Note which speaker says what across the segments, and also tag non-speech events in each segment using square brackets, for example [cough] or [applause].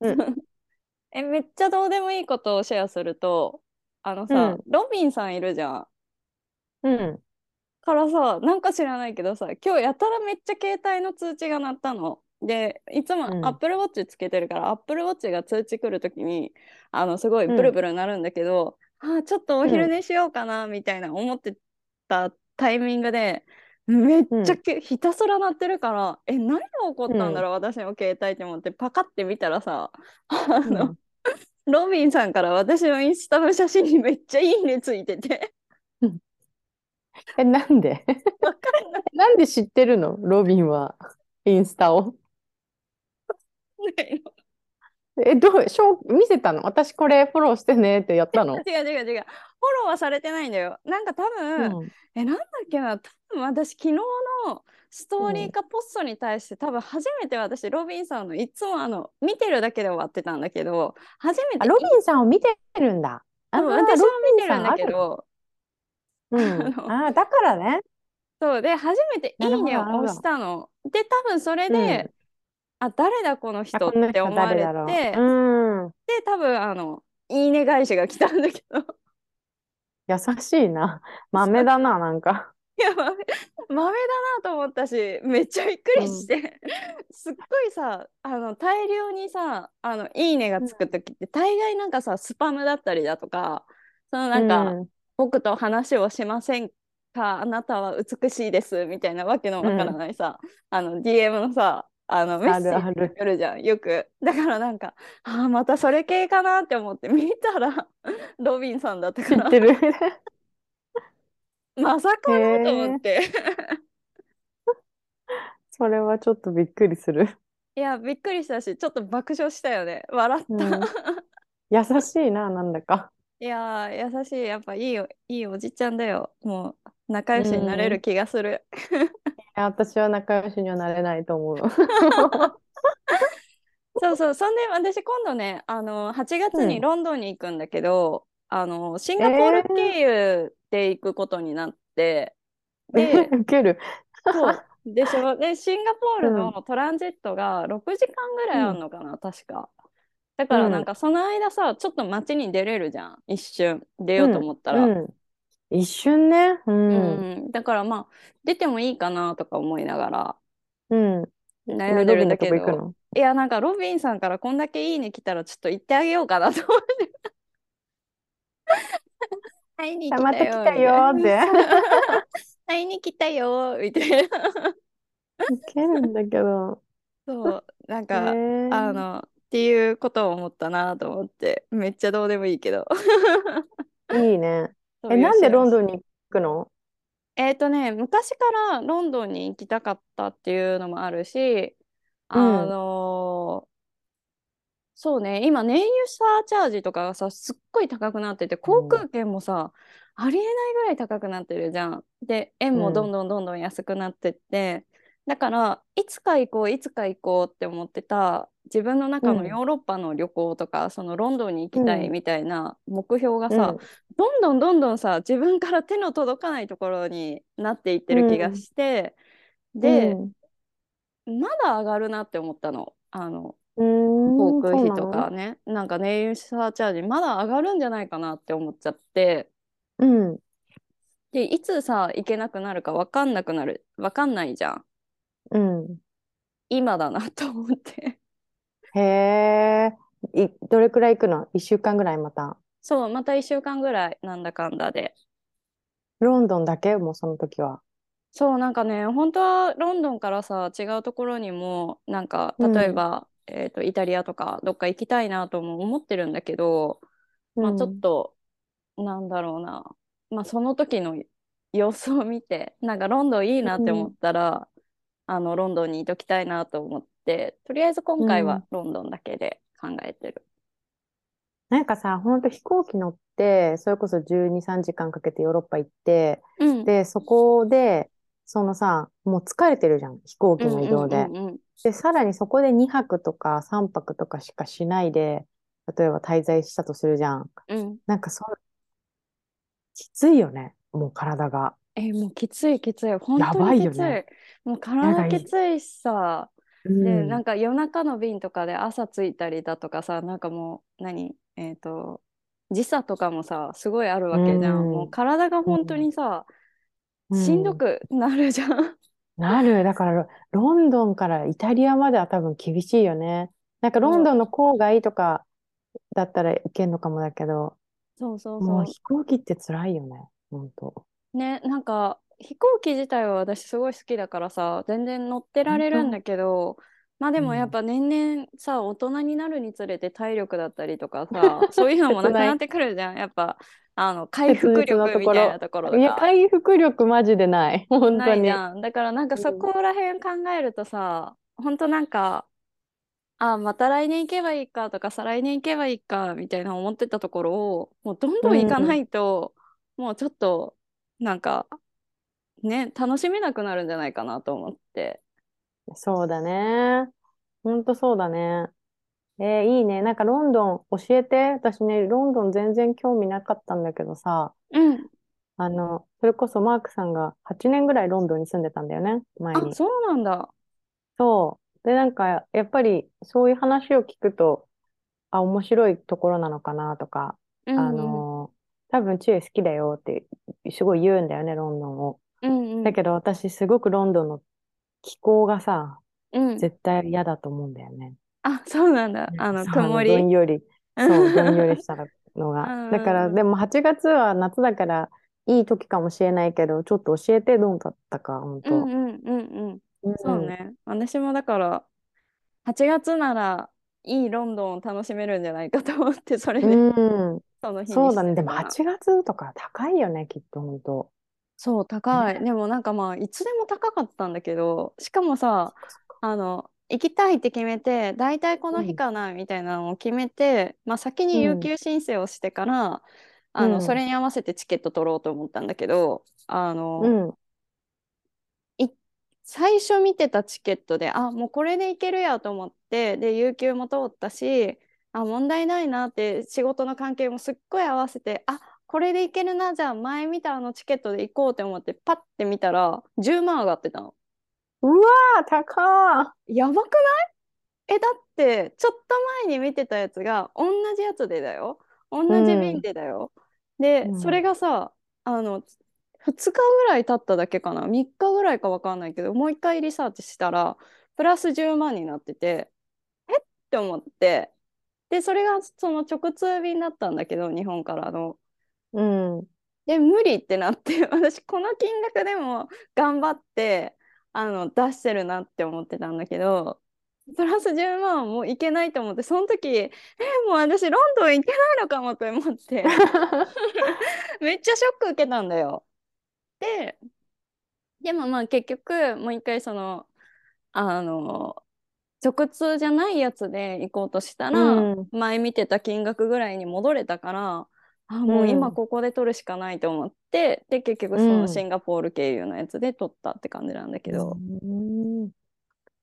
Speaker 1: うん
Speaker 2: え、めっちゃどうでもいいことをシェアすると、あの
Speaker 1: う
Speaker 2: さ
Speaker 1: ん、
Speaker 2: ロビンさんいるじゃん。
Speaker 1: うん。
Speaker 2: からさ、なんか知らないけどさ、今日やたらめっちゃ携帯の通知が鳴ったの。で、いつ
Speaker 1: うん
Speaker 2: も Apple Watch つけてるから、Apple Watch が通知来るときに、あの、すごいブルブルなるんだけど、あーちょっとお昼寝しようかな、みたいな思ってたタイミングで、めっちゃけ、ひたすら鳴ってるから、え、何が起こったんだろう、私の携帯って思って、パカって見たらさ、あの、ロビンさんから私のインスタの写真にめっちゃいいねついてて。
Speaker 1: [laughs] え、なんで
Speaker 2: わかんない
Speaker 1: なんで知ってるのロビンは、インスタを。
Speaker 2: の。
Speaker 1: え、どう、しょう、見せたの私これフォローしてねってやったの
Speaker 2: 違う違う違う。フォローはされてないんだよ。なんか多分、
Speaker 1: うん。
Speaker 2: え、なんだっけな、多分私昨日のストーリーかポストに対して、多分初めて私、ロビンさんのいつもあの、見てるだけで終わってたんだけど、初め
Speaker 1: あ、
Speaker 2: て、
Speaker 1: ロビンさんを見てるんだ。あ
Speaker 2: 多
Speaker 1: ー、
Speaker 2: 分私も
Speaker 1: ロ
Speaker 2: 見
Speaker 1: ビ
Speaker 2: て
Speaker 1: ン
Speaker 2: る
Speaker 1: さ
Speaker 2: ん
Speaker 1: ん
Speaker 2: だ
Speaker 1: あ
Speaker 2: け
Speaker 1: る。
Speaker 2: ど、
Speaker 1: うん。
Speaker 2: あ
Speaker 1: あー、だからね。
Speaker 2: そうで、初めてい
Speaker 1: なる
Speaker 2: い
Speaker 1: ほど
Speaker 2: ねを
Speaker 1: なるほど
Speaker 2: 押したの。で、多分それ
Speaker 1: うん
Speaker 2: で、あ、誰だこの人
Speaker 1: あ、
Speaker 2: っ
Speaker 1: この
Speaker 2: て
Speaker 1: 人
Speaker 2: 思わ
Speaker 1: 誰
Speaker 2: れ
Speaker 1: だろう。
Speaker 2: て、
Speaker 1: うん。
Speaker 2: で多分あの「いいね」返しが来たんだけど
Speaker 1: 優しいな。豆だな、なんか。
Speaker 2: いや [laughs] 豆豆だなと思ったしめっちゃびっくりして、 [laughs] すっごいさあの大量にさ「あのいいね」がつく時って大概なんかさスパムだったりだとかそのなんか、
Speaker 1: うん
Speaker 2: 僕と話をしませんかあなたは美しいです」みたいなわけのわからないさ、あの DM のさあのメッ
Speaker 1: あ
Speaker 2: セ
Speaker 1: る
Speaker 2: ー
Speaker 1: あ
Speaker 2: ジ
Speaker 1: る。
Speaker 2: 来るじゃんよくだからなんかああまたそれ系かなって思って見たらロビンさんだったか
Speaker 1: 知
Speaker 2: ら
Speaker 1: ってる。 [laughs]
Speaker 2: まさか
Speaker 1: へ
Speaker 2: なと思っ
Speaker 1: え、
Speaker 2: て
Speaker 1: それはちょっとびっくりする。
Speaker 2: いやびっくりしたしちょっと爆笑したよね笑っ
Speaker 1: う
Speaker 2: [laughs] た
Speaker 1: ん。優しいな、なんだか。
Speaker 2: いやー優しいやっぱいいよいいおじちゃんだよもう仲
Speaker 1: う
Speaker 2: 良しになれ
Speaker 1: ん。
Speaker 2: る気がする [laughs]
Speaker 1: いや私は仲良しにはなれないと思う。
Speaker 2: そうそう、そんで私今度ね、あの、8
Speaker 1: う
Speaker 2: 月に
Speaker 1: ん。
Speaker 2: ロンドンに行くんだけど、あの、シンガポー
Speaker 1: え
Speaker 2: ル経由で行くことになって、で、
Speaker 1: ー、ウケる。
Speaker 2: そう、でしょ。で、シンガポー
Speaker 1: う
Speaker 2: ル
Speaker 1: ん、
Speaker 2: のトランジットが6時間ぐら
Speaker 1: う
Speaker 2: いある
Speaker 1: ん、
Speaker 2: のかな、確か。だ
Speaker 1: う
Speaker 2: からなん
Speaker 1: ん、
Speaker 2: かその間さ、ちょっと街に出れるじゃん、一瞬。出よう
Speaker 1: う
Speaker 2: と
Speaker 1: ん、
Speaker 2: 思ったら。
Speaker 1: うん。一瞬ね。うん、
Speaker 2: うん、だからまあ、出てもいいかなとか思いながら。
Speaker 1: うん。
Speaker 2: 悩
Speaker 1: で、
Speaker 2: んで
Speaker 1: ロ
Speaker 2: る
Speaker 1: ビ
Speaker 2: ん
Speaker 1: ン
Speaker 2: だ
Speaker 1: のと
Speaker 2: け
Speaker 1: こ行く
Speaker 2: ど、
Speaker 1: の
Speaker 2: いや、なんかロビンさんからこんだけいいね来たらちょっと行ってあげようかなと思って、 [laughs] 会いに
Speaker 1: あ、
Speaker 2: 来
Speaker 1: ま
Speaker 2: た
Speaker 1: た来
Speaker 2: よ、
Speaker 1: た
Speaker 2: みたい
Speaker 1: よーっ
Speaker 2: な。
Speaker 1: て。
Speaker 2: [laughs] 会いに来たよ、みたいな。
Speaker 1: ウケるんだけ
Speaker 2: [laughs]
Speaker 1: ど。
Speaker 2: そう、なん
Speaker 1: え
Speaker 2: か、あ
Speaker 1: ー、
Speaker 2: の、っていうことを思ったなと思って、めっちゃどうでもいいけど。
Speaker 1: いいね。
Speaker 2: そう
Speaker 1: え、
Speaker 2: いう
Speaker 1: なん
Speaker 2: シ
Speaker 1: で
Speaker 2: ェア
Speaker 1: ロン
Speaker 2: し
Speaker 1: ドン
Speaker 2: て。
Speaker 1: に行くの
Speaker 2: えっとね、昔からロンドンに行きたかったっていうのもあるし、
Speaker 1: う
Speaker 2: あ
Speaker 1: ん。
Speaker 2: のそうね、今、燃油サーチャージとかがさ、すっごい高くなってて、航
Speaker 1: う
Speaker 2: 空券もさ、ありえないぐらい高くなってるじゃん。で、円もどん
Speaker 1: ん。
Speaker 2: どんどんどん安くなってって、だから、いつか行こう、いつか行こうって思ってた、自分の
Speaker 1: う
Speaker 2: 中のヨ
Speaker 1: ん。
Speaker 2: ーロッパの旅行とか、そのロンドンに行
Speaker 1: う
Speaker 2: きたい
Speaker 1: ん。
Speaker 2: みたいな目標が
Speaker 1: う
Speaker 2: さ、
Speaker 1: ん。
Speaker 2: どんどんどんどんさ、自分から手の届かないところになっていって
Speaker 1: う
Speaker 2: る気が
Speaker 1: ん。
Speaker 2: して、
Speaker 1: う
Speaker 2: で、
Speaker 1: ん。
Speaker 2: まだ上がるなって思ったの。あの航
Speaker 1: うーん。
Speaker 2: 空
Speaker 1: そう
Speaker 2: 費
Speaker 1: な
Speaker 2: と
Speaker 1: の
Speaker 2: かね、なんか燃油サーチャージ、まだ上がるんじゃないかなって思っちゃって、
Speaker 1: うん。
Speaker 2: で、いつさ、行けなくなるか分かんなくなる、分かんないじゃん。
Speaker 1: うん。
Speaker 2: 今だなと思って。
Speaker 1: へえ。い、どれくらい行くの ?1 週間ぐらいまた。
Speaker 2: そう、また1週間ぐらい、なんだかんだで。
Speaker 1: ロンドンだけもうその時は。
Speaker 2: そう、なんかね、本当はロンドンからさ、違うところにも、なんか、
Speaker 1: う
Speaker 2: 例え
Speaker 1: ん。
Speaker 2: ば、えっと、イタリアとか、どっか行きたいなとも思ってるんだけど、
Speaker 1: う
Speaker 2: まあ、ちょっ
Speaker 1: ん。
Speaker 2: と、なんだろうな、まあ、その時の様子を見て、なんかロンドンいいうなって思っ
Speaker 1: ん。
Speaker 2: たら、あの、ロンドンにいときたいなと思って、とりあえず今
Speaker 1: う
Speaker 2: 回
Speaker 1: ん。
Speaker 2: はロンドンだけで考えてる。
Speaker 1: なんかさ、ほんと飛行機乗って、それこそ12、3時間かけてヨーロッパ行って、
Speaker 2: うん、
Speaker 1: で、そこで、そのさ、もう疲れてるじゃん、飛行
Speaker 2: う
Speaker 1: 機
Speaker 2: ん
Speaker 1: の移
Speaker 2: うん
Speaker 1: 動
Speaker 2: う
Speaker 1: で。
Speaker 2: んうん。
Speaker 1: で、さらにそこで2泊とか3泊とかしかしないで、例えば滞在したとするじゃん。
Speaker 2: うん。
Speaker 1: なんかそう、きついよね、もう体が。
Speaker 2: えーもうきついきつい。本
Speaker 1: や
Speaker 2: 当
Speaker 1: ば
Speaker 2: に
Speaker 1: い
Speaker 2: き
Speaker 1: よ
Speaker 2: つ
Speaker 1: ね。
Speaker 2: い。もう
Speaker 1: な
Speaker 2: 体
Speaker 1: んか
Speaker 2: き
Speaker 1: い、
Speaker 2: ついしさ。
Speaker 1: う
Speaker 2: で、なん
Speaker 1: ん。
Speaker 2: か夜中の便とかで朝着いたりだとかさ、なんかもう、何えっと、時差とかもさ、すごいある
Speaker 1: う
Speaker 2: わけじゃん。
Speaker 1: ん。
Speaker 2: もう
Speaker 1: う
Speaker 2: 体が本当
Speaker 1: ん。
Speaker 2: にさ、
Speaker 1: う
Speaker 2: しんど
Speaker 1: ん
Speaker 2: くなるじゃん。 [laughs]
Speaker 1: なる。だから、ロンドンからイタリアまでは多分厳しいよね。なんかロン
Speaker 2: そ
Speaker 1: ド
Speaker 2: う、
Speaker 1: ンの郊外とかだったらいけんのかもだけど、
Speaker 2: そうそう
Speaker 1: もう
Speaker 2: そ
Speaker 1: 飛行機って辛いよね。ほんと。
Speaker 2: う。ね、なんか飛行機自体は私すごい好きだからさ、全然乗ってら
Speaker 1: 本
Speaker 2: れるんだ
Speaker 1: 当。
Speaker 2: けど、まあで
Speaker 1: う
Speaker 2: もやっ
Speaker 1: ん。
Speaker 2: ぱ年々さ、大人になるにつれて体力だったりとかさ、そういうのも
Speaker 1: 切
Speaker 2: なく
Speaker 1: な。
Speaker 2: ないってくるじゃん。やっぱ、あの、回
Speaker 1: 切
Speaker 2: 復
Speaker 1: 実な
Speaker 2: 力
Speaker 1: と
Speaker 2: み
Speaker 1: こ
Speaker 2: たいな
Speaker 1: ろ。
Speaker 2: ところ
Speaker 1: いや、
Speaker 2: が。
Speaker 1: 回復力マジでない。本
Speaker 2: な
Speaker 1: 当
Speaker 2: いじ
Speaker 1: に。
Speaker 2: ゃん。だからなんか
Speaker 1: う
Speaker 2: そ
Speaker 1: ん。
Speaker 2: こら辺考えるとさ、ほんとなんか、あ、また来年行けばいいかとか、再来年行けばいいかみたいな思ってたところを、もうどん
Speaker 1: う。
Speaker 2: どん行かなんいと、もうちょっと、なんかね、楽しめなくなるんじゃないかなと思って。
Speaker 1: そうだね。ほんとそうだね。えーいいね。なんかロンドン教えて。私ね、ロンドン全然興味なかったんだけどさ、
Speaker 2: うん。
Speaker 1: あの、それこそマークさんが8年ぐらいロンドンに住んでたんだよね、前
Speaker 2: あ、
Speaker 1: に。
Speaker 2: そうなんだ。
Speaker 1: そう。で、なんか、やっぱりそういう話を聞くと、あ、面白いところなのかなとか、
Speaker 2: うん
Speaker 1: あ
Speaker 2: うん。
Speaker 1: の多分チュエ好きだよってすごい言うんだよね、ロンドンを。
Speaker 2: うんう
Speaker 1: だ
Speaker 2: ん。
Speaker 1: けど私すごくロンドンの気候がさ、
Speaker 2: うん。
Speaker 1: 絶対嫌だと思うんだよね。
Speaker 2: あ、そうなんだ。
Speaker 1: なん
Speaker 2: あの、
Speaker 1: かさ、あ
Speaker 2: 曇
Speaker 1: の、どん
Speaker 2: り。 [laughs]
Speaker 1: より、
Speaker 2: う
Speaker 1: そう、どんより
Speaker 2: ん
Speaker 1: したの
Speaker 2: う
Speaker 1: が。だから、
Speaker 2: んう
Speaker 1: で
Speaker 2: ん。
Speaker 1: も8月は夏だから、いい時かもしれないけど、ちょっと教えてどうだったか、ほん
Speaker 2: [laughs] う
Speaker 1: と。
Speaker 2: んうんうんうん。
Speaker 1: う。
Speaker 2: そうんね。私もだから、8月ならいいロンドンを楽しめるんじゃないかと思って、それで [laughs]
Speaker 1: うん。
Speaker 2: その日に
Speaker 1: そう
Speaker 2: し
Speaker 1: だ
Speaker 2: て
Speaker 1: ね。で
Speaker 2: る
Speaker 1: も
Speaker 2: かな。
Speaker 1: 8月とか高いよね、きっと、ほんと。
Speaker 2: そう、
Speaker 1: ね。
Speaker 2: 高い。でもなんかまあ、いつでも高かったんだけど、しかも
Speaker 1: そ
Speaker 2: さ、
Speaker 1: っかそっか。
Speaker 2: あの、行きたいって決めて、大体こ
Speaker 1: う
Speaker 2: の日
Speaker 1: ん。
Speaker 2: かな、みたいなのを決めて、まあ先
Speaker 1: う
Speaker 2: に有
Speaker 1: ん。
Speaker 2: 給申請をしてから、
Speaker 1: う
Speaker 2: あの、そ
Speaker 1: ん。
Speaker 2: れに合わせてチケット取ろうと思ったんだけど、あ
Speaker 1: う
Speaker 2: の、
Speaker 1: ん。
Speaker 2: い最初見てたチケットで、あ、もうこれでいけるやと思って、で、有給も通ったし、あ、問題ないなって、仕事の関係もすっごい合わせて、あ、これでいけるな、じゃあ前見たあのチケットで行こうって思って、パッて見たら、10万上がってたの。
Speaker 1: うわー、高ー。
Speaker 2: やばくないえ、だって、ちょっと前に見てたやつが、同じやつでだよ。同
Speaker 1: う
Speaker 2: じ便
Speaker 1: ん。
Speaker 2: でだよ。
Speaker 1: う
Speaker 2: で、それ
Speaker 1: ん。
Speaker 2: がさ、あの、2日ぐらい経っただけかな。3日ぐらいかわかんないけど、もう一回リサーチしたら、プラス10万になってて、えって思って。で、それがその直通便だったんだけど、日本からの。
Speaker 1: うん。
Speaker 2: で、無理ってなって、 [laughs] 私この金額でも頑張って、あの、出してるなって思ってたんだけど、プラス10万はもういけないと思って、その時、え、もう私ロンドン行けないのかもと思って、めっちゃショック受けたんだよ。で、でもまあ結局、もう一回その、あの、直通じゃないやつで行こうとした
Speaker 1: う
Speaker 2: ら、
Speaker 1: ん。
Speaker 2: 前見てた金額ぐらいに戻れたから、あ、
Speaker 1: う
Speaker 2: もう今
Speaker 1: ん。
Speaker 2: ここで取るしかないと思って、で、結局
Speaker 1: う
Speaker 2: そのシ
Speaker 1: ん。
Speaker 2: ンガポール経由のやつで取ったって感じなんだけ
Speaker 1: う
Speaker 2: ど、
Speaker 1: ん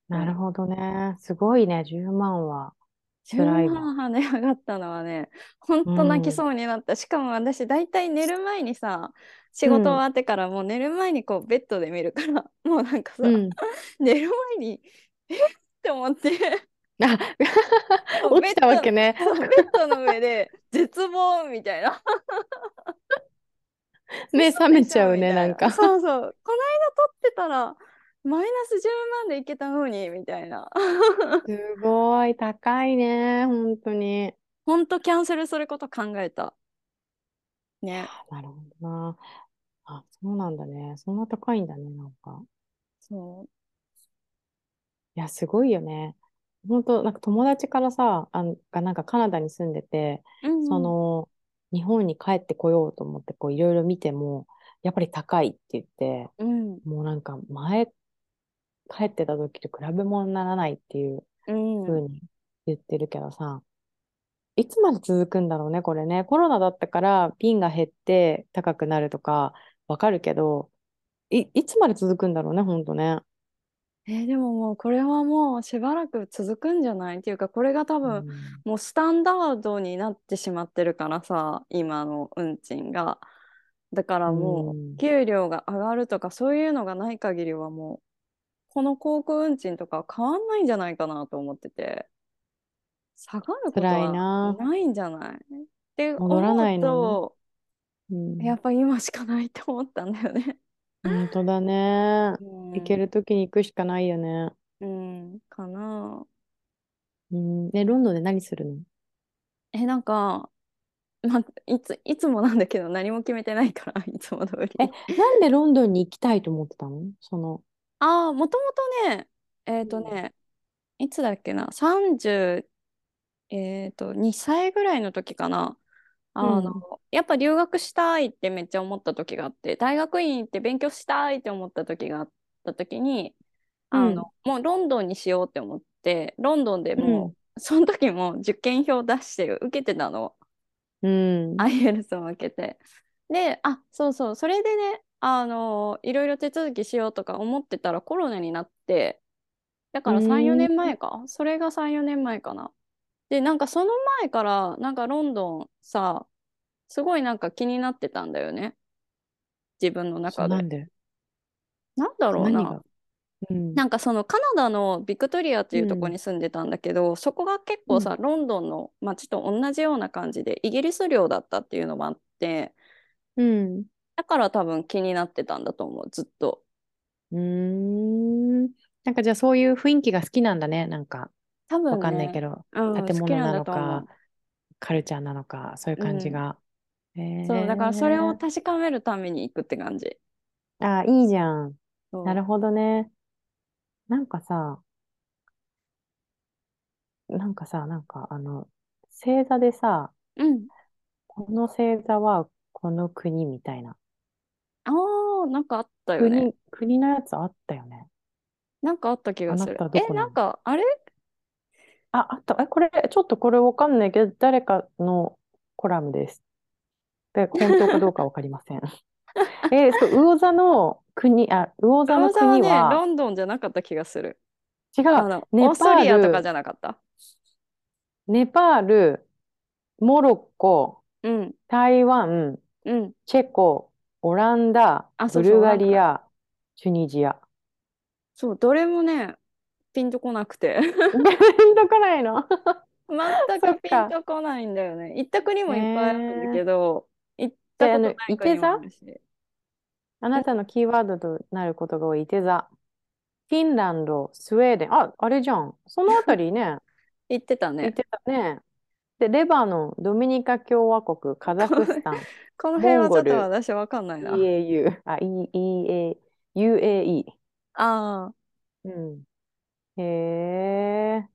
Speaker 1: なる
Speaker 2: ね、
Speaker 1: ほどね。すごいね、10万は。
Speaker 2: 10
Speaker 1: 辛いわ。
Speaker 2: 万跳ね上がったのはね、ほん
Speaker 1: う
Speaker 2: と泣き
Speaker 1: ん。
Speaker 2: そうになった。しかも私、だいたい寝る前にさ、仕
Speaker 1: う
Speaker 2: 事終
Speaker 1: ん。
Speaker 2: わってからもう寝る前にこうベッドで見るから、 [laughs] もうなんか [laughs]
Speaker 1: う
Speaker 2: さ、
Speaker 1: ん。
Speaker 2: 寝る前に、えって思って。
Speaker 1: あ、
Speaker 2: そう
Speaker 1: [laughs] 落
Speaker 2: ベッ
Speaker 1: ちたわけ
Speaker 2: ド、
Speaker 1: [laughs] ね。
Speaker 2: そう、ベッドの上で絶望みたいな。
Speaker 1: 目
Speaker 2: 嘘
Speaker 1: 覚
Speaker 2: で
Speaker 1: め
Speaker 2: し
Speaker 1: ちゃ
Speaker 2: ょ
Speaker 1: う
Speaker 2: み
Speaker 1: ね、
Speaker 2: た
Speaker 1: ないん
Speaker 2: な。
Speaker 1: か。
Speaker 2: そうそう。この間撮ってたら、マイナス10万でいけたのに、みたいな。
Speaker 1: すごい、高いね、本当に。
Speaker 2: ほんとキャンセルすること考えた。ね。
Speaker 1: なるほどな。あ、そうなんだね。そんな高いんだね、なんか。
Speaker 2: そう。
Speaker 1: いや、すごいよね。本当なんか友達からさ、あの、がなんかカナダに住んでて、
Speaker 2: うん
Speaker 1: そ
Speaker 2: うん。
Speaker 1: の、日本に帰ってこようと思って、こう、いろいろ見ても、やっぱり高いって言って、
Speaker 2: うん。
Speaker 1: もうなんか前、帰ってた時と比べ物にならないっていう
Speaker 2: う
Speaker 1: 風
Speaker 2: ん。
Speaker 1: に言ってるけどさ、いつまで続くんだろうね、これね。コロナだったから瓶が減って高くなるとかわかるけど、い、いつまで続くんだろうね、ほんとね。
Speaker 2: えーでももうこれはもうしばらく続くんじゃないっていうかこれが多
Speaker 1: う
Speaker 2: 分
Speaker 1: ん、
Speaker 2: もうスタンダードになってしまってるからさ今の運賃がだか
Speaker 1: う
Speaker 2: らもうん給料が上がるとかそういうのがない限りはもうこの航空運賃とか変わんないんじゃないかなと思ってて、下がること
Speaker 1: 辛い
Speaker 2: は
Speaker 1: な
Speaker 2: ないんじゃないって
Speaker 1: 戻らないな
Speaker 2: 思う
Speaker 1: うん
Speaker 2: と、やっぱ今しかないと思ったんだよ
Speaker 1: [laughs]
Speaker 2: ね。
Speaker 1: 本当だね。行けるときに行くしかないよね。
Speaker 2: うん、かな。
Speaker 1: うん。ね、ロンドンで何するの
Speaker 2: え、なんか、まあ、いつ、いつもなんだけど何も決めてないからいつも通り。
Speaker 1: えなんでロンドンに行きたいと思ってたのその、
Speaker 2: ああ、もともとね、えっと
Speaker 1: うん
Speaker 2: ね、いつだっけな、30、えっと、2歳ぐらいの時かな。あ
Speaker 1: うん
Speaker 2: の、やっぱ留学したいってめっちゃ思った時があって、大学院行って勉強したいって思った時があった時に、あ
Speaker 1: うん
Speaker 2: の、もうロンドンにしようって思って、ロンドンでもう、その時も受験票出してる、受けてたの。
Speaker 1: うん。
Speaker 2: IELTS を受けて。で、あ、そうそう、それでね、あのいろいろ手続きしようとか思ってたらコロナになって、だから
Speaker 1: うーん
Speaker 2: 3、4年前か、それが3、4年前かな。で、なんかその前から、なんかロンドンさ、すごいなんか気になってたんだよね。自分の
Speaker 1: そ
Speaker 2: 中
Speaker 1: う
Speaker 2: で。
Speaker 1: なんで
Speaker 2: なんだろう
Speaker 1: 何
Speaker 2: な。
Speaker 1: がうん。
Speaker 2: なんかそのカナダのビクトリアっていうとこ
Speaker 1: うん
Speaker 2: に住んでたんだけど、そこが結構さ、ロンドンの街と同じような感じでイギリス領だったっていうのもあって
Speaker 1: うん。
Speaker 2: だから多分気になってたんだと思うずっと。
Speaker 1: うーん。なんかじゃあそういう雰囲気が好きなんだね。なんか、
Speaker 2: 多分
Speaker 1: わかんない
Speaker 2: ね
Speaker 1: けど、
Speaker 2: うん、
Speaker 1: 建
Speaker 2: 好きな
Speaker 1: 物
Speaker 2: ん
Speaker 1: な
Speaker 2: だ
Speaker 1: の
Speaker 2: と思
Speaker 1: か、カルチャーなのか、そういう感じが。へ
Speaker 2: う。そう、だからそれを
Speaker 1: え。
Speaker 2: 確かめるために行くって感じ。
Speaker 1: あ、いいじゃん。
Speaker 2: そう
Speaker 1: なるほどね。なんかさ、なんかさ、なんかあの、星座でさ、
Speaker 2: うん。
Speaker 1: この星座はこの国みたいな。
Speaker 2: ああ、なんかあったよね。
Speaker 1: 国、国のやつあったよね。
Speaker 2: なんかあった気がす
Speaker 1: あな
Speaker 2: る
Speaker 1: た。ど
Speaker 2: え、
Speaker 1: こ
Speaker 2: な
Speaker 1: なの
Speaker 2: んか、あれ
Speaker 1: あ、あった。え、これ、ちょっとこれわかんないけど、誰かのコラムです。で、本当かどうかわかりま
Speaker 2: [laughs]
Speaker 1: せん。え、そう、魚座の国、あ、魚座
Speaker 2: ロ
Speaker 1: の
Speaker 2: ーザは
Speaker 1: 国
Speaker 2: ね、ロ
Speaker 1: は、
Speaker 2: ンドンじゃなかった気がする。
Speaker 1: 違
Speaker 2: あ
Speaker 1: う、
Speaker 2: の、
Speaker 1: ネ
Speaker 2: オースト
Speaker 1: パ
Speaker 2: リアと
Speaker 1: ー
Speaker 2: かじ
Speaker 1: ル、
Speaker 2: ゃなかった。
Speaker 1: ネパール、モロッコ、
Speaker 2: うん、
Speaker 1: 台湾、
Speaker 2: うん。
Speaker 1: チェコ、オランダ、
Speaker 2: あ、そ
Speaker 1: ブ
Speaker 2: うそう、
Speaker 1: ル
Speaker 2: オラ
Speaker 1: ガ
Speaker 2: ンダ
Speaker 1: リア、チュニジア。
Speaker 2: そう、どれもね、ピンとこなくて。 [laughs]
Speaker 1: ピンとこないの [laughs]
Speaker 2: 全
Speaker 1: そ
Speaker 2: く
Speaker 1: っ
Speaker 2: ピン
Speaker 1: か。
Speaker 2: とこないんだよね。行った国もいっぱいあるんだけど、行っ
Speaker 1: じ
Speaker 2: た
Speaker 1: ゃ
Speaker 2: こ
Speaker 1: あ、あ
Speaker 2: と
Speaker 1: の、
Speaker 2: ない
Speaker 1: い
Speaker 2: 国
Speaker 1: て
Speaker 2: もあ
Speaker 1: 座
Speaker 2: るし。
Speaker 1: あなたのキーワードとなることが多い、いて座。フィンランド、スウェーデン。あ、あれじゃん。そのあたりね、
Speaker 2: 行ってた
Speaker 1: い
Speaker 2: ね。
Speaker 1: てたね。で、レバノン、ドミニカ共和国、カザフスタン、
Speaker 2: この
Speaker 1: モ
Speaker 2: 辺はちょ
Speaker 1: ンゴ
Speaker 2: っと
Speaker 1: ル、
Speaker 2: 私わかんないな。
Speaker 1: EAU、あ、EEA、UAE。
Speaker 2: ああ、
Speaker 1: うん。へえ、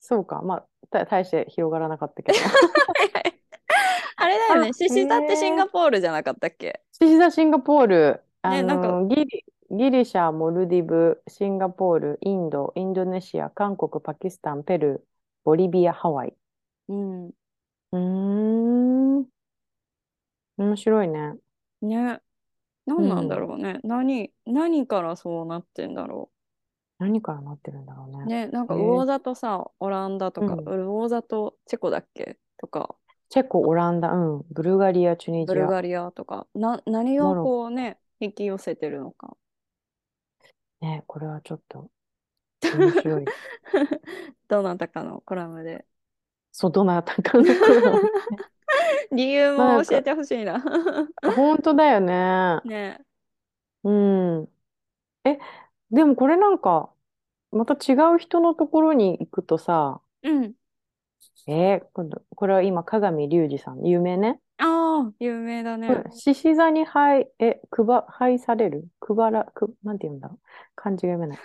Speaker 1: そうか。まあ、た、大して広がらなかったけど。 [laughs]
Speaker 2: あれだよね。
Speaker 1: あ、
Speaker 2: 獅
Speaker 1: へ
Speaker 2: 子座ってシンガ
Speaker 1: え。
Speaker 2: ポールじゃなかったっけ
Speaker 1: シシ座シンガポール、あ
Speaker 2: ね、なんか、
Speaker 1: の、ギリ、ギリシャ、モルディブ、シンガポール、インド、インドネシア、韓国、パキスタン、ペルー、ボリビア、ハワイ。
Speaker 2: うん、
Speaker 1: うーん、面白いね。
Speaker 2: ね、
Speaker 1: う
Speaker 2: 何なんだ
Speaker 1: ん。
Speaker 2: ろうね。何、何からそうなってんだろ
Speaker 1: 何からなってるんだろう
Speaker 2: う。ね、なんか
Speaker 1: ね。へ
Speaker 2: 魚
Speaker 1: え。
Speaker 2: 座とさ、オランダと
Speaker 1: う
Speaker 2: か、
Speaker 1: ん。
Speaker 2: 魚座とチェコだっけとか、
Speaker 1: チェコ、オランダ、うん。ブルガリア、チュニ
Speaker 2: ブ
Speaker 1: ジ
Speaker 2: ル
Speaker 1: ア、
Speaker 2: ガリアとか、な、何
Speaker 1: モ
Speaker 2: が
Speaker 1: ロ
Speaker 2: こうね、引き寄せてるのか。
Speaker 1: ッコ。ね、これはちょっと面
Speaker 2: [laughs]
Speaker 1: 白い。
Speaker 2: どなたかのコラム [laughs] で。
Speaker 1: そう、どなたかのコラム。
Speaker 2: 理由
Speaker 1: まあな
Speaker 2: も
Speaker 1: ん
Speaker 2: 教え
Speaker 1: か、
Speaker 2: てほしいな。
Speaker 1: 本当だよね。
Speaker 2: [laughs] ね。
Speaker 1: うん。え、でもこれなんか、また違う人のところに行くとさ、
Speaker 2: うん。
Speaker 1: えー、今度これは今、加賀見隆二さん、有名ね。
Speaker 2: ああ、有名だ
Speaker 1: こ
Speaker 2: ね。
Speaker 1: れ、獅子座に配、え、くば、配されるくばら、く、なんて言うんだろう。漢字が読
Speaker 2: [laughs]
Speaker 1: めない。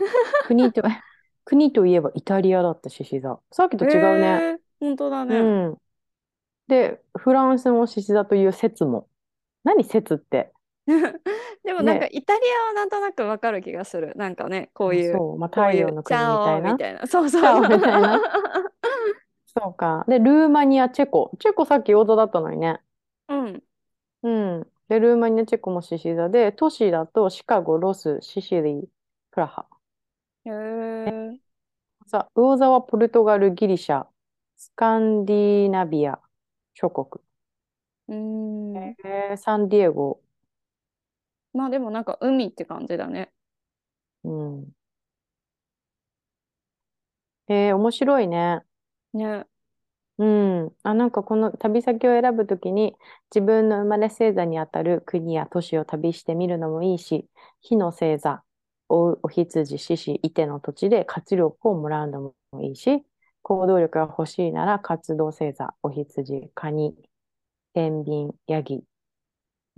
Speaker 1: 国と、国といえばイタリアだった、獅子座。さっきと
Speaker 2: へ
Speaker 1: 違うね。
Speaker 2: え、本当だね。
Speaker 1: うん。で、フランスも獅子座という説も。何説って。
Speaker 2: でもなんか
Speaker 1: ね。
Speaker 2: イタリアはなんとなくわかる気がする。なんかね、こう
Speaker 1: あ、
Speaker 2: いう、
Speaker 1: そう。まあ、
Speaker 2: こう
Speaker 1: 太
Speaker 2: い
Speaker 1: 陽
Speaker 2: う、
Speaker 1: の
Speaker 2: チ
Speaker 1: 国み
Speaker 2: ャ
Speaker 1: た
Speaker 2: オ
Speaker 1: い
Speaker 2: み
Speaker 1: な。
Speaker 2: たいな。 [laughs] そう
Speaker 1: チ
Speaker 2: そう
Speaker 1: ャ
Speaker 2: そ
Speaker 1: オ
Speaker 2: う。
Speaker 1: みた
Speaker 2: [laughs]
Speaker 1: いな。そうか。で、ルーマニア、チェコ。チェコさっき王座だったのにね。
Speaker 2: うん。
Speaker 1: うん。で、ルーマニア、チェコも獅子座で、都市だとシカゴ、ロス、シシリ、プラハ。
Speaker 2: へえ、
Speaker 1: さ、魚座はポルトガル、ギリシャ、スカンディナビア諸国。
Speaker 2: うん。
Speaker 1: えーサンディエゴ。
Speaker 2: まあでもなんか海って感じだね。
Speaker 1: うん。えー、面白いね。
Speaker 2: ね。
Speaker 1: うん。あ、なんかこの旅先を選ぶときに、自分の生まれ星座にあたる国や都市を旅してみるのもいいし、火の星座、お、お羊、獅子、射手の土地で活力をもらうのもいいし、行動力が欲しいなら活動星座、お羊、カニ、天秤、ヤギ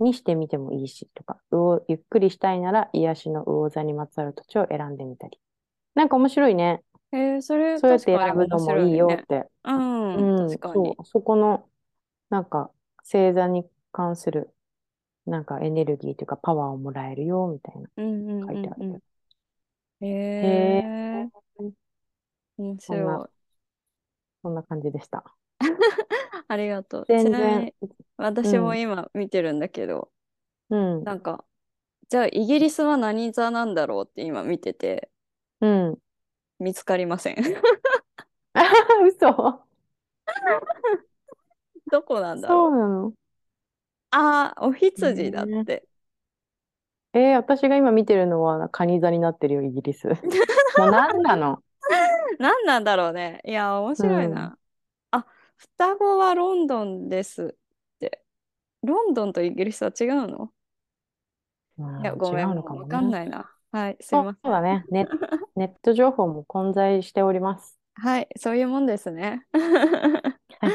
Speaker 1: にしてみてもいいし、とか、魚、ゆっくりしたいなら癒しの魚座にまつわる土地を選んでみたり。なんか面白いね。
Speaker 2: えー、それ
Speaker 1: そうやっ
Speaker 2: 確
Speaker 1: て
Speaker 2: か
Speaker 1: 選
Speaker 2: に
Speaker 1: ぶ
Speaker 2: 面
Speaker 1: のも
Speaker 2: 白
Speaker 1: いい
Speaker 2: い
Speaker 1: よ
Speaker 2: ね。
Speaker 1: って。
Speaker 2: うん、
Speaker 1: う
Speaker 2: 確
Speaker 1: ん、
Speaker 2: かに。
Speaker 1: そう、そこの、なんか、星座に関する、なんかエネルギーというかパワーをもらえるよ、みたいな
Speaker 2: うんう
Speaker 1: 書いて
Speaker 2: ん
Speaker 1: あ
Speaker 2: うんうん。
Speaker 1: るけど。へえ、
Speaker 2: えー、面
Speaker 1: そんな、
Speaker 2: 白い。
Speaker 1: そんな感じでした。
Speaker 2: ありがとう。ち
Speaker 1: 全
Speaker 2: なみ
Speaker 1: 然、
Speaker 2: に、私
Speaker 1: う
Speaker 2: も
Speaker 1: ん、
Speaker 2: 今見てるんだけど、
Speaker 1: うん、
Speaker 2: なんか、じゃあイギリスは何座なんだろうって今見てて、
Speaker 1: うん。 [laughs]
Speaker 2: 見つかりません。
Speaker 1: あはは嘘。
Speaker 2: どこなんだ
Speaker 1: そう
Speaker 2: ろう。
Speaker 1: なの。
Speaker 2: ああ、お
Speaker 1: へ
Speaker 2: 羊だっ
Speaker 1: ー
Speaker 2: て。
Speaker 1: えー、私が今見てるのは、カニ座になってるよ、イ
Speaker 2: [laughs]
Speaker 1: ギリス。もう何なの
Speaker 2: 何なんだろうね。いや、面
Speaker 1: う
Speaker 2: 白い
Speaker 1: ん。
Speaker 2: な。あ、双子はロンドンですって。ロンドンとイギリスは違うの
Speaker 1: う
Speaker 2: いや、
Speaker 1: ん、
Speaker 2: ご
Speaker 1: 違
Speaker 2: めん、
Speaker 1: うの
Speaker 2: も
Speaker 1: か
Speaker 2: うわ
Speaker 1: も
Speaker 2: かん
Speaker 1: ね。
Speaker 2: ないな。はい、すい
Speaker 1: そう
Speaker 2: ません。
Speaker 1: だね。
Speaker 2: [laughs]
Speaker 1: ネ、ネット情報も混在しております。
Speaker 2: はい、そういうもんです
Speaker 1: [laughs]
Speaker 2: ね。
Speaker 1: はい。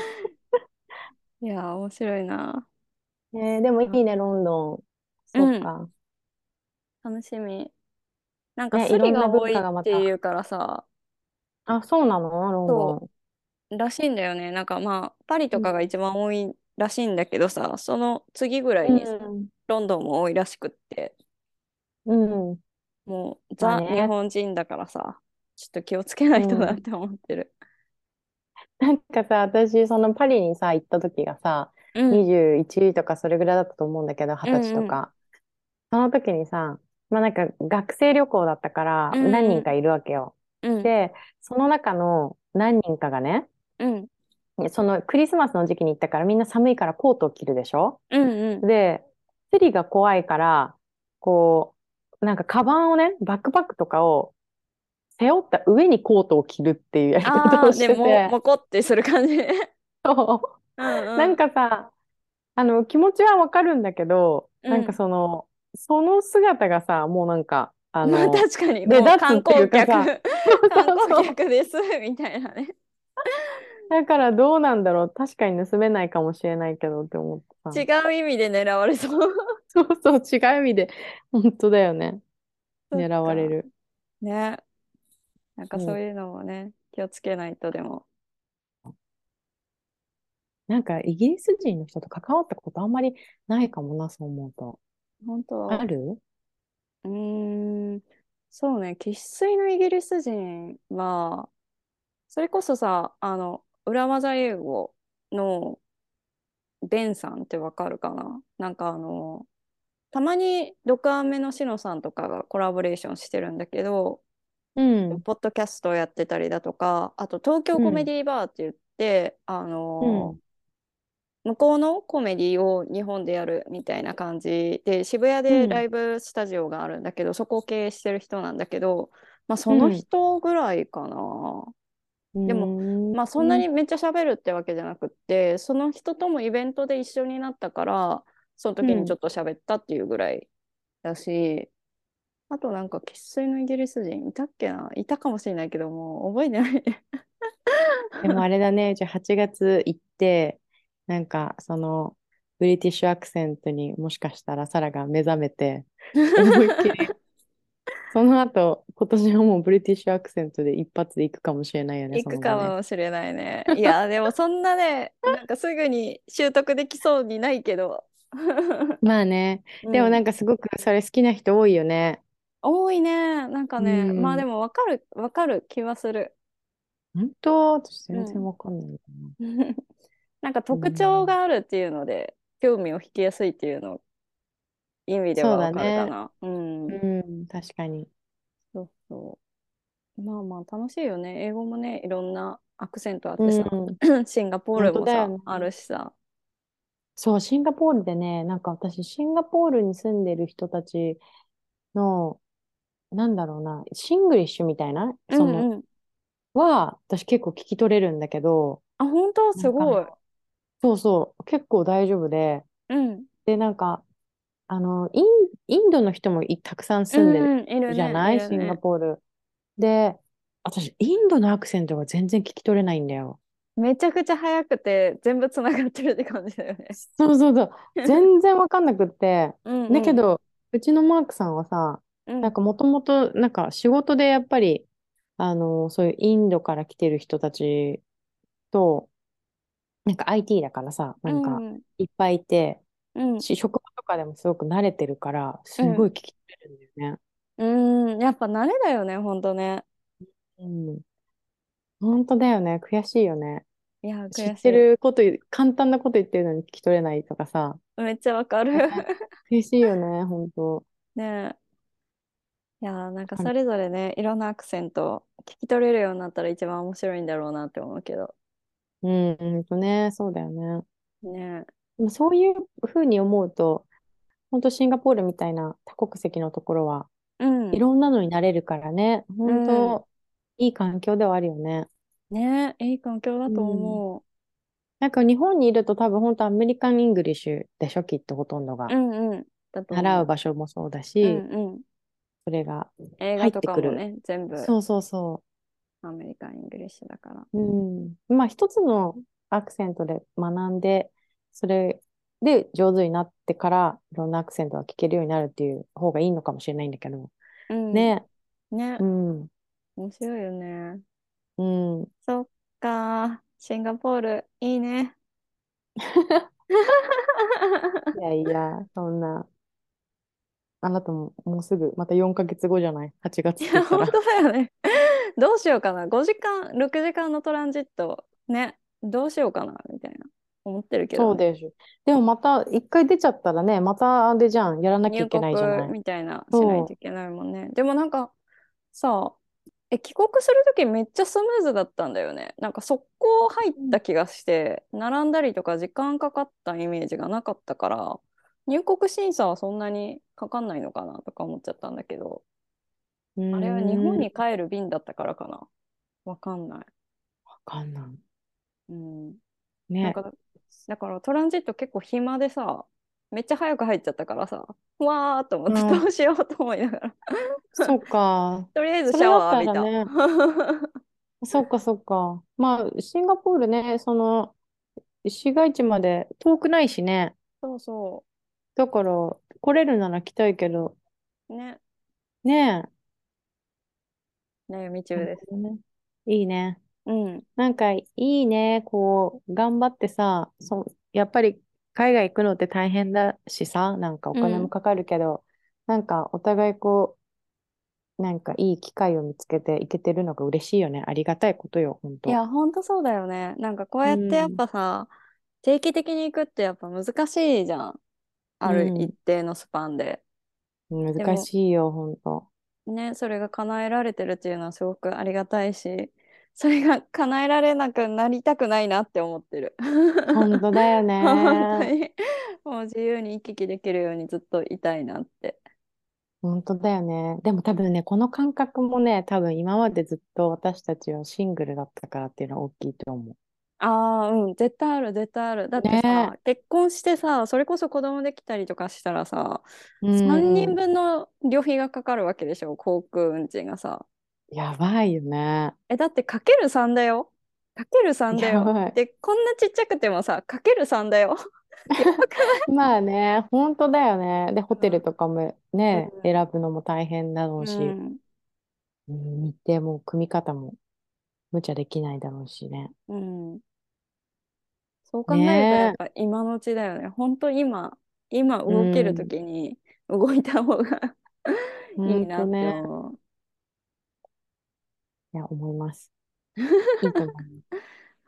Speaker 2: いや、面白いな。
Speaker 1: えーでもい
Speaker 2: あ
Speaker 1: いね、ロンドン。そうっ
Speaker 2: ん、
Speaker 1: か。
Speaker 2: 楽しみ。なんか
Speaker 1: ね、
Speaker 2: ス
Speaker 1: いろ
Speaker 2: リ
Speaker 1: んな
Speaker 2: が多
Speaker 1: 文
Speaker 2: いっ
Speaker 1: 化がま
Speaker 2: てい
Speaker 1: た。
Speaker 2: うからさ、
Speaker 1: あ、そうなのロン
Speaker 2: そ
Speaker 1: ド
Speaker 2: う、らしいんだよね。なんかまあ、パリと
Speaker 1: ン。
Speaker 2: かが一番多いらしいんだけどさ、その次ぐら
Speaker 1: う
Speaker 2: いに
Speaker 1: ん。
Speaker 2: ロンドンも多いらしくって、
Speaker 1: うん。うん
Speaker 2: もう
Speaker 1: まあ
Speaker 2: ザ日
Speaker 1: ね、
Speaker 2: 本人だからさ、ちょっと気をつけな
Speaker 1: う
Speaker 2: いとなっ
Speaker 1: ん。
Speaker 2: て思って
Speaker 1: [laughs]
Speaker 2: る。
Speaker 1: なんかさ、私、そのパリにさ、行った時がさ、
Speaker 2: うん、
Speaker 1: 21とかそれぐらいだったと思うんだけど、二
Speaker 2: う
Speaker 1: 十歳
Speaker 2: ん
Speaker 1: と
Speaker 2: うん、
Speaker 1: か。その時にさ、まあなんか学生旅行だったか
Speaker 2: う
Speaker 1: ら
Speaker 2: ん
Speaker 1: 何
Speaker 2: う
Speaker 1: 人
Speaker 2: ん、
Speaker 1: かいるわけよ。
Speaker 2: うん、
Speaker 1: で、その中の何人かがね、
Speaker 2: うん、
Speaker 1: そのクリスマスの時期に行ったからみんな寒いからコートを着るでしょ
Speaker 2: うん、うん、
Speaker 1: [laughs] で、スリが怖いから、こう、なんかカバンをね、バックパックとかを背負った上にコートを着るっていうやり方
Speaker 2: あ
Speaker 1: を
Speaker 2: あ、
Speaker 1: し
Speaker 2: で
Speaker 1: て
Speaker 2: も、
Speaker 1: て、
Speaker 2: もこってする感じ。 [laughs]
Speaker 1: そううなんん
Speaker 2: うん
Speaker 1: かさ、あの、気持ちはわかるんだけど、
Speaker 2: う
Speaker 1: なんか
Speaker 2: ん。
Speaker 1: その、その姿がさ、もうなんか、あ
Speaker 2: まあ
Speaker 1: の、
Speaker 2: 確かに
Speaker 1: 目
Speaker 2: もう
Speaker 1: 立つ
Speaker 2: 観
Speaker 1: ってい
Speaker 2: 光
Speaker 1: うか
Speaker 2: 客
Speaker 1: さ、 [laughs] そう
Speaker 2: 観
Speaker 1: そ
Speaker 2: 光
Speaker 1: うそう。
Speaker 2: 客です [laughs] みたいなね。
Speaker 1: だからどうなんだろう。確かに盗めないかもしれないけどって思って
Speaker 2: 違
Speaker 1: さ。
Speaker 2: う意味で狙われそう。
Speaker 1: そうそう、違う意味で、本当だよね。
Speaker 2: そっ
Speaker 1: [laughs] 狙われ
Speaker 2: か。
Speaker 1: る。
Speaker 2: [laughs] ね。なんかそう
Speaker 1: そう。
Speaker 2: いうのもね、気をつけないとでも。
Speaker 1: なんか、イギリス人の人と関わったことあんまりないかもな、そう思うと。
Speaker 2: 本
Speaker 1: あ
Speaker 2: 当、
Speaker 1: る
Speaker 2: うーん、そうね、生粋のイギリス人は、それこそさ、あの、裏技英語のベンさんってわかるかななんかあの、たまにドクアメのシノさんとかがコラボレーションしてるんだけど、
Speaker 1: うん、
Speaker 2: ポッドキャストをやってたりだとか、あと東京
Speaker 1: う
Speaker 2: コメ
Speaker 1: ん、
Speaker 2: ディーバーって言って、あ
Speaker 1: う
Speaker 2: の
Speaker 1: ん、
Speaker 2: 向こうのコメディを日本でやるみたいな感じで、渋谷
Speaker 1: う
Speaker 2: でラ
Speaker 1: ん、
Speaker 2: イブスタジオがあるんだけど、そこを経営してる人なんだけど、まあ
Speaker 1: う
Speaker 2: その
Speaker 1: ん。
Speaker 2: 人ぐらいかな。
Speaker 1: う
Speaker 2: でも、
Speaker 1: ー
Speaker 2: まあそんなんにめっちゃ喋るってわけじゃなくって、その人ともイベントで一緒になったから、その
Speaker 1: う
Speaker 2: 時にちょ
Speaker 1: ん。
Speaker 2: っと喋ったっていうぐらいだし、あとなんか生粋のイギリス人いたっけないたかもしれないけど、もう覚えてない。
Speaker 1: でもあれだね、じゃ [laughs] あ8月行って、なんか、その、ブリティッシュアクセントにもしかしたらサラが目覚めて、思いっきり、その後、今年はもうブリティッシュアクセントで一発で行くかもしれないよね、
Speaker 2: 行
Speaker 1: そ
Speaker 2: く
Speaker 1: の場
Speaker 2: か
Speaker 1: ね。
Speaker 2: もしれないね。いや、でもそんなね、なんかすぐに習得できそうにないけど。
Speaker 1: まあね、
Speaker 2: う
Speaker 1: でもなん
Speaker 2: ん。
Speaker 1: かすごくそれ好きな人多いよね。
Speaker 2: 多いね。なんか
Speaker 1: う
Speaker 2: ね、まあで
Speaker 1: ん。
Speaker 2: もわかる、わかる気はする。
Speaker 1: 本当、私
Speaker 2: う
Speaker 1: 全然
Speaker 2: ん。
Speaker 1: わかんないな。
Speaker 2: [laughs] なんか
Speaker 1: う
Speaker 2: 特徴
Speaker 1: ん。
Speaker 2: があるっていうので、興味を引きやすいっていうの意味で
Speaker 1: そう
Speaker 2: はわ
Speaker 1: だ
Speaker 2: かるか
Speaker 1: ね。
Speaker 2: な。うん。
Speaker 1: うん、確かに。
Speaker 2: そうそう。まあまあ楽しいよね。英語もね、いろんなアクセントあっ
Speaker 1: う
Speaker 2: てさ、[laughs]
Speaker 1: ん、
Speaker 2: シンガポー
Speaker 1: 本
Speaker 2: ル
Speaker 1: 当
Speaker 2: も
Speaker 1: だ
Speaker 2: さ、
Speaker 1: よ
Speaker 2: あ
Speaker 1: ね。
Speaker 2: るしさ。
Speaker 1: そう、シンガポールでね、なんか私、シンガポールに住んでる人たちの、なんだろうな、シングリッシュみたいな、
Speaker 2: う
Speaker 1: その、
Speaker 2: んうん。
Speaker 1: は、私結構聞き取れるんだけど、
Speaker 2: あ、本当
Speaker 1: な
Speaker 2: す
Speaker 1: んか
Speaker 2: ごい。
Speaker 1: そうそう、結構大丈夫で、
Speaker 2: うん。
Speaker 1: で、なんか、あの、イン、インドの人もいたくさん
Speaker 2: う
Speaker 1: 住んでる
Speaker 2: んうん。いる
Speaker 1: じゃ
Speaker 2: ね。
Speaker 1: ないい
Speaker 2: る
Speaker 1: シンガ
Speaker 2: ね。
Speaker 1: ポール。で、私、インドのアクセントが全然聞き取れないんだよ。
Speaker 2: めちゃくちゃ早くて全部つながってるって感じだ
Speaker 1: [laughs]
Speaker 2: よね。
Speaker 1: そうそ
Speaker 2: [laughs]
Speaker 1: うそう。全然わかんなくって。
Speaker 2: うん
Speaker 1: だけ
Speaker 2: うん。
Speaker 1: ど、うちのマークさんはさ、
Speaker 2: う
Speaker 1: な
Speaker 2: ん。
Speaker 1: んかもともと、なんか仕事でやっぱり、あの、そういうインドから来てる人たちと、なんか IT だからさ、
Speaker 2: う
Speaker 1: なんか
Speaker 2: ん。
Speaker 1: いっぱいいて、
Speaker 2: うん。
Speaker 1: し、職場とかでもすごく慣れてるから、
Speaker 2: う
Speaker 1: すごい
Speaker 2: ん。
Speaker 1: 聞き取れるんだよね。
Speaker 2: うん。やっぱ慣れだよね、ほんとね。
Speaker 1: うん。本当だよね。悔しいよね。
Speaker 2: いや、
Speaker 1: 知っ
Speaker 2: 悔してい。
Speaker 1: ること言う、簡単なこと言ってるのに聞き取れないとかさ。
Speaker 2: めっちゃわかる。
Speaker 1: ね悔しいよね、本当。
Speaker 2: ねえ。いやーなんか
Speaker 1: あ
Speaker 2: それぞれねいろんなアクセント聞き取れるようになったら一番面白いんだろうなって思うけど
Speaker 1: うん、うんとね、そうだよね。
Speaker 2: ね
Speaker 1: でもそういうふうに思うと、本当シンガポールみたいな多国籍のところは
Speaker 2: えう
Speaker 1: い
Speaker 2: ん
Speaker 1: ろんなのになれるからね、
Speaker 2: う
Speaker 1: 本
Speaker 2: ん
Speaker 1: 当いい環境ではあるよね。
Speaker 2: ねえいい環境だ
Speaker 1: う
Speaker 2: と
Speaker 1: ん。
Speaker 2: 思
Speaker 1: なんか日本にいると多分本当アメリカン・イングリッシュでしょ、きっとほとんど
Speaker 2: うう
Speaker 1: が。
Speaker 2: んうんだと
Speaker 1: 習う
Speaker 2: 思
Speaker 1: 場所もそうだ
Speaker 2: うう
Speaker 1: し、
Speaker 2: んうん
Speaker 1: それが
Speaker 2: 映画
Speaker 1: 入っ
Speaker 2: と
Speaker 1: て
Speaker 2: か
Speaker 1: く
Speaker 2: も
Speaker 1: る。
Speaker 2: ね全部
Speaker 1: そうそうそ
Speaker 2: アメリカン・イングリッシュだから
Speaker 1: う。うん。まあ一つのアクセントで学んで、それで上手になってから、いろんなアクセントが聞けるようになるっていう方がいいのかもしれないんだけど。
Speaker 2: うん
Speaker 1: ね。
Speaker 2: ね
Speaker 1: うん。
Speaker 2: 面白いよね
Speaker 1: うん。
Speaker 2: そっかシンガポールいい
Speaker 1: [laughs]
Speaker 2: ね
Speaker 1: いやいや、そんな。あなたももうすぐ、また4ヶ月後じゃない ?8 月
Speaker 2: い
Speaker 1: って言
Speaker 2: や
Speaker 1: った
Speaker 2: [laughs] 本
Speaker 1: ら。
Speaker 2: 当だよねどうしようかな。5時間、6時間のトランジット、ね、どうしようかな、みたいな、思ってるけど
Speaker 1: そう
Speaker 2: ね。
Speaker 1: でしょ。でもまた、一回出ちゃったらね、またあれじゃん、やらなきゃ
Speaker 2: 入
Speaker 1: いけないじゃ
Speaker 2: 国
Speaker 1: ない。
Speaker 2: みたいな、しないと
Speaker 1: そ
Speaker 2: いけないもんね。でもなんか、さ、え、帰国するときめっちゃスムーズだったんだよね。なんか速攻入っ
Speaker 1: う。うん
Speaker 2: た気がして、並んだりとか時間かかったイメージがなかったから、入国審査はそんなにかかんないのかなとか思っちゃったんだけど、
Speaker 1: う
Speaker 2: あれは日本
Speaker 1: ーん、
Speaker 2: に帰る便だったからかな。わかんない。
Speaker 1: わかんな
Speaker 2: うん。
Speaker 1: い。
Speaker 2: なん
Speaker 1: ね。
Speaker 2: か、だからトランジット結構暇でさ、めっちゃ早く入っちゃったからさ、うわーと思っ
Speaker 1: う
Speaker 2: てど
Speaker 1: ん。
Speaker 2: うしようと思いながら [laughs]
Speaker 1: そうか。
Speaker 2: とりあえず
Speaker 1: そ
Speaker 2: シ
Speaker 1: れ
Speaker 2: ャ
Speaker 1: だっ
Speaker 2: ワー
Speaker 1: た
Speaker 2: 浴びた。
Speaker 1: ら
Speaker 2: [laughs]
Speaker 1: ね、そっかそっか。まあ、シンガポールね、その、市街地まで遠くないしね。
Speaker 2: そうそ
Speaker 1: だから、来れるなら来たいけど、
Speaker 2: う。ね。
Speaker 1: ねえ。
Speaker 2: 悩み中
Speaker 1: なる
Speaker 2: で
Speaker 1: ほ
Speaker 2: す。
Speaker 1: どね。いいね。
Speaker 2: うん。
Speaker 1: なんかいいね、こう、頑張ってさ、そう、やっぱり海外行くのって大変だしさ、なんかお
Speaker 2: う
Speaker 1: 金も
Speaker 2: ん。
Speaker 1: かかるけど、なんかお互いこう、なんかいい機会を見つけていけてるのが嬉しいよね。ありがたいことよ、ほん
Speaker 2: い
Speaker 1: と。
Speaker 2: や、ほんとそうだよね。なんかこう
Speaker 1: う
Speaker 2: やってやっ
Speaker 1: ん、
Speaker 2: ぱさ、定期的に行くってやっぱ難しいじゃん。あ
Speaker 1: う
Speaker 2: る一
Speaker 1: ん、
Speaker 2: 定のスパンで。で
Speaker 1: 難
Speaker 2: も
Speaker 1: しいよ、ほんと。
Speaker 2: ね、それが叶えられてるっていうのはすごくありがたいし、それが叶えられなくなりたくないなって思ってる。
Speaker 1: ほんとだよ
Speaker 2: [laughs] 本当
Speaker 1: ね。
Speaker 2: にもう自由に行き来できるようにずっといたいなって。
Speaker 1: ほんとだよね。でも多分ね、この感覚もね、多分今までずっと私たちはシングルだったからっていうのは大きいと思
Speaker 2: ああ、うん、絶対ある、絶対ある。だ
Speaker 1: う。
Speaker 2: って
Speaker 1: ね
Speaker 2: さ、結婚してさ、それこそ子供できたりとかしたらさ、
Speaker 1: え。
Speaker 2: 3
Speaker 1: う
Speaker 2: 人
Speaker 1: ん。
Speaker 2: 分の旅費がかかるわけでしょ、航空運賃がさ。
Speaker 1: やばいよね。
Speaker 2: え、だってかける3だよ。かける3だ
Speaker 1: や
Speaker 2: よ。
Speaker 1: ばい。
Speaker 2: で、こんなちっちゃくてもさ、かける3だよ。やばく
Speaker 1: まあね、本当だよね。で、ホテル
Speaker 2: な
Speaker 1: とかも
Speaker 2: い
Speaker 1: ね、選ぶのも大変だろ
Speaker 2: う
Speaker 1: うし、
Speaker 2: ん、うん、
Speaker 1: うん日程も組み方も無茶できないだろうしね。
Speaker 2: うん。そう考えるとやっ
Speaker 1: ね
Speaker 2: ぱ今のうちだよね。本当今、今
Speaker 1: え、う
Speaker 2: 動けると
Speaker 1: ん、
Speaker 2: きに動いた方がいい
Speaker 1: 本
Speaker 2: な
Speaker 1: 当
Speaker 2: って
Speaker 1: ね、
Speaker 2: 思う。
Speaker 1: いや、思います。
Speaker 2: [laughs]
Speaker 1: いいと思い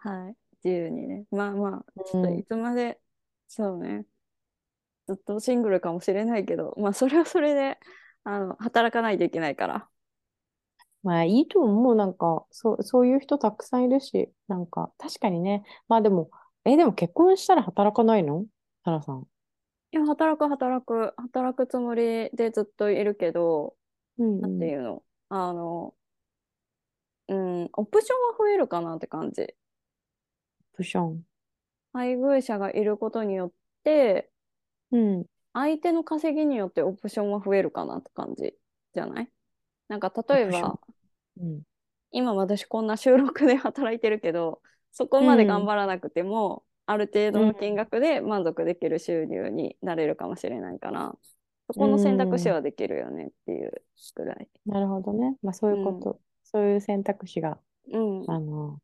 Speaker 1: ま
Speaker 2: はい。自由にね。まあまあ、ち
Speaker 1: す。
Speaker 2: ょっ
Speaker 1: う
Speaker 2: とい
Speaker 1: ん、
Speaker 2: つまで、そうね。ずっとシングルかもしれないけど、まあそれはそれで、あの、働かないといけないから。
Speaker 1: まあ、いいと思う。なんか、そう、そういう人たくさんいるし、なんか、確かにね。まあでも、え、でも結婚したら働かないのサラさん。
Speaker 2: いや、働く働く、働くつもりでずっといるけど、
Speaker 1: うん
Speaker 2: なんて
Speaker 1: う
Speaker 2: いうのあの、うん、オプションは増えるかなって感じ。
Speaker 1: プション。
Speaker 2: 配偶者がいることによって、
Speaker 1: うん。
Speaker 2: 相手の稼ぎによってオプションは増えるかなって感じじゃないなんか
Speaker 1: オ
Speaker 2: 例え
Speaker 1: プション
Speaker 2: ば、
Speaker 1: うん。
Speaker 2: 今私こんな収録で働いてるけど、そこまで頑張らなくても、ある程度の金額で満足できる収入になれるかもしれないから、そこの選択肢はできるよねっていうぐらい。
Speaker 1: なるほどね。まあそういうこと。そういう選択肢が、
Speaker 2: うん。
Speaker 1: あの、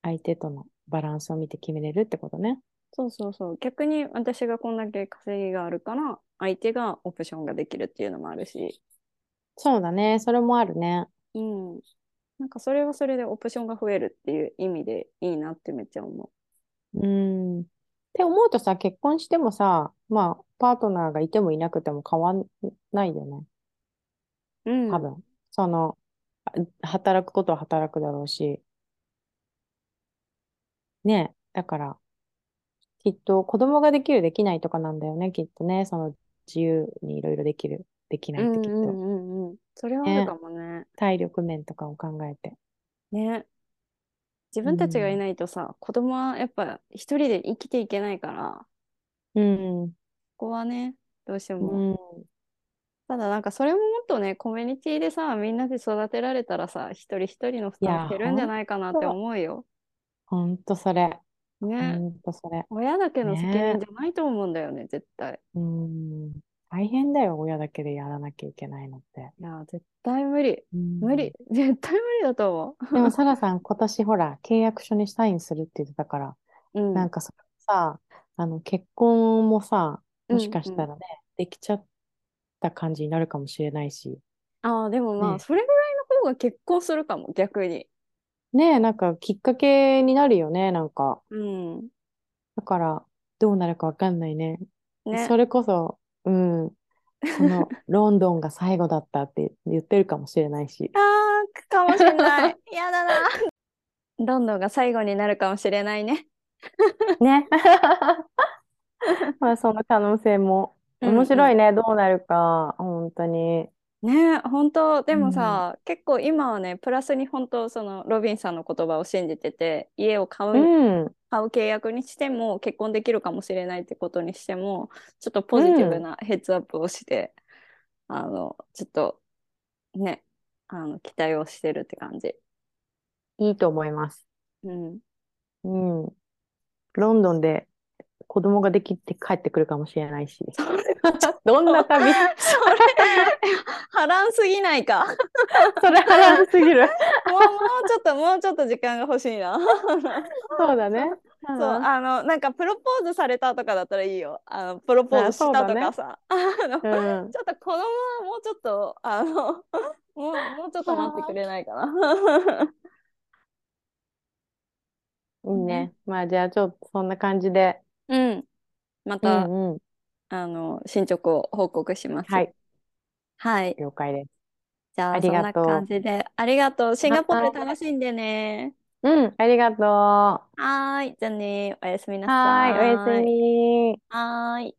Speaker 1: 相手とのバランスを見て決めれるってことね。
Speaker 2: そうそうそう。逆に私がこんだけ稼ぎがあるから、相手がオプションができるっていうのもあるし、
Speaker 1: そうだね。それもあるね。
Speaker 2: うん。なんかそれはそれでオプションが増えるっていう意味でいいなってめっちゃ思
Speaker 1: うん。って思うとさ、結婚してもさ、まあ、パートナーがいてもいなくても変わんないよね。
Speaker 2: う。うん。
Speaker 1: 多分。その、あ働くことは働くだろうし。ねえ。だから、きっと子供ができる、できないとかなんだよね、きっとね。その自由にいろいろできる、できな
Speaker 2: う
Speaker 1: いっ
Speaker 2: ん
Speaker 1: て
Speaker 2: う
Speaker 1: きっと。
Speaker 2: んうんうん。それはあるかもね。
Speaker 1: 体力面とかを考えて。
Speaker 2: ね。自分たちがいないとさ、子供はやっぱ一人で生きていけないから、
Speaker 1: うん。う
Speaker 2: ここはね、どうしても。
Speaker 1: ん。
Speaker 2: ただなんかそれももっとね、コミュニティでさ、みんなで育てられたらさ、一人一人の負
Speaker 1: い
Speaker 2: 担
Speaker 1: や
Speaker 2: 減るんじゃないかなって思うよ。
Speaker 1: ほんとそれ。ほ
Speaker 2: ね。
Speaker 1: んとそれ。
Speaker 2: 親だけの責任
Speaker 1: ね
Speaker 2: じゃないと思うんだよね、絶対。
Speaker 1: うん。大変だよ、親だけでやらなきゃいけないのって。
Speaker 2: いや、絶対無理。
Speaker 1: うん
Speaker 2: 無理。 [laughs] 絶対無理だと思
Speaker 1: でも、サラさん、今年ほら、契約書にサインするって言ってたから、
Speaker 2: う。うん。
Speaker 1: なんかそれさ、あの、結婚もさ、もしかした
Speaker 2: うんうん
Speaker 1: らね、できちゃった感じになるかもしれないし。
Speaker 2: ああ、でもまあ、
Speaker 1: ね
Speaker 2: それぐらいの方が結婚するかも、逆に。
Speaker 1: ねえ、なんかきっかけになるよね、なんか。
Speaker 2: うん。
Speaker 1: だから、どうなるかわかんないね。
Speaker 2: ね。
Speaker 1: それこそ、うん、そ
Speaker 2: [laughs]
Speaker 1: の、ロンドンが最後だったって言ってるかもしれないし。
Speaker 2: あー、かもしれ [laughs] ない。やだな。どんどんが最後になるかもしれないね。
Speaker 1: ね。 [laughs] まあ、その可能性も。面白いね、どうなるか、本当に。
Speaker 2: ね。本当でもさ、結構今はね、プラスに本当そのロビンさんの言葉を信じてて、家を買う、
Speaker 1: うん。
Speaker 2: 買う契約にしても、結婚できるかもしれないってことにしても、ちょっとポジティブなヘッズアップをして、あの、ちょっと、ね、あの、期待をしてるって感じ。
Speaker 1: いいと思います。
Speaker 2: うん。
Speaker 1: うん。ロンドンで子供ができて帰ってくるかもしれないし。どんな旅
Speaker 2: [laughs]
Speaker 1: [laughs]
Speaker 2: それ、波乱すぎないか。
Speaker 1: それ波乱すぎる。
Speaker 2: もう、もうちょっと、もうちょっと時間が欲しいな。
Speaker 1: そうだね。
Speaker 2: そう、あの、なんかプロポーズされたとかだったらいいよ。あの、プロポーズしたとかさ。あの、ち
Speaker 1: う
Speaker 2: ょっ
Speaker 1: ん。うん。
Speaker 2: と子供はもうちょっと、あの、 [laughs] もう、もうちょっと待ってくれないかな。
Speaker 1: いいね。まあじゃあちょっとそんな感じで。
Speaker 2: うん。ま
Speaker 1: う
Speaker 2: た、
Speaker 1: んうん。
Speaker 2: あの、進捗を報告します。
Speaker 1: はい。
Speaker 2: はい。
Speaker 1: 了解です。
Speaker 2: じゃあ、
Speaker 1: あり
Speaker 2: そん
Speaker 1: が
Speaker 2: な
Speaker 1: とう
Speaker 2: 感じで、ありがとう。シンガポール楽しんでね。
Speaker 1: うん。ありがとう。は
Speaker 2: はーい。じゃあね、おやすみな
Speaker 1: ーい。おや
Speaker 2: さ
Speaker 1: すみ。
Speaker 2: はーい。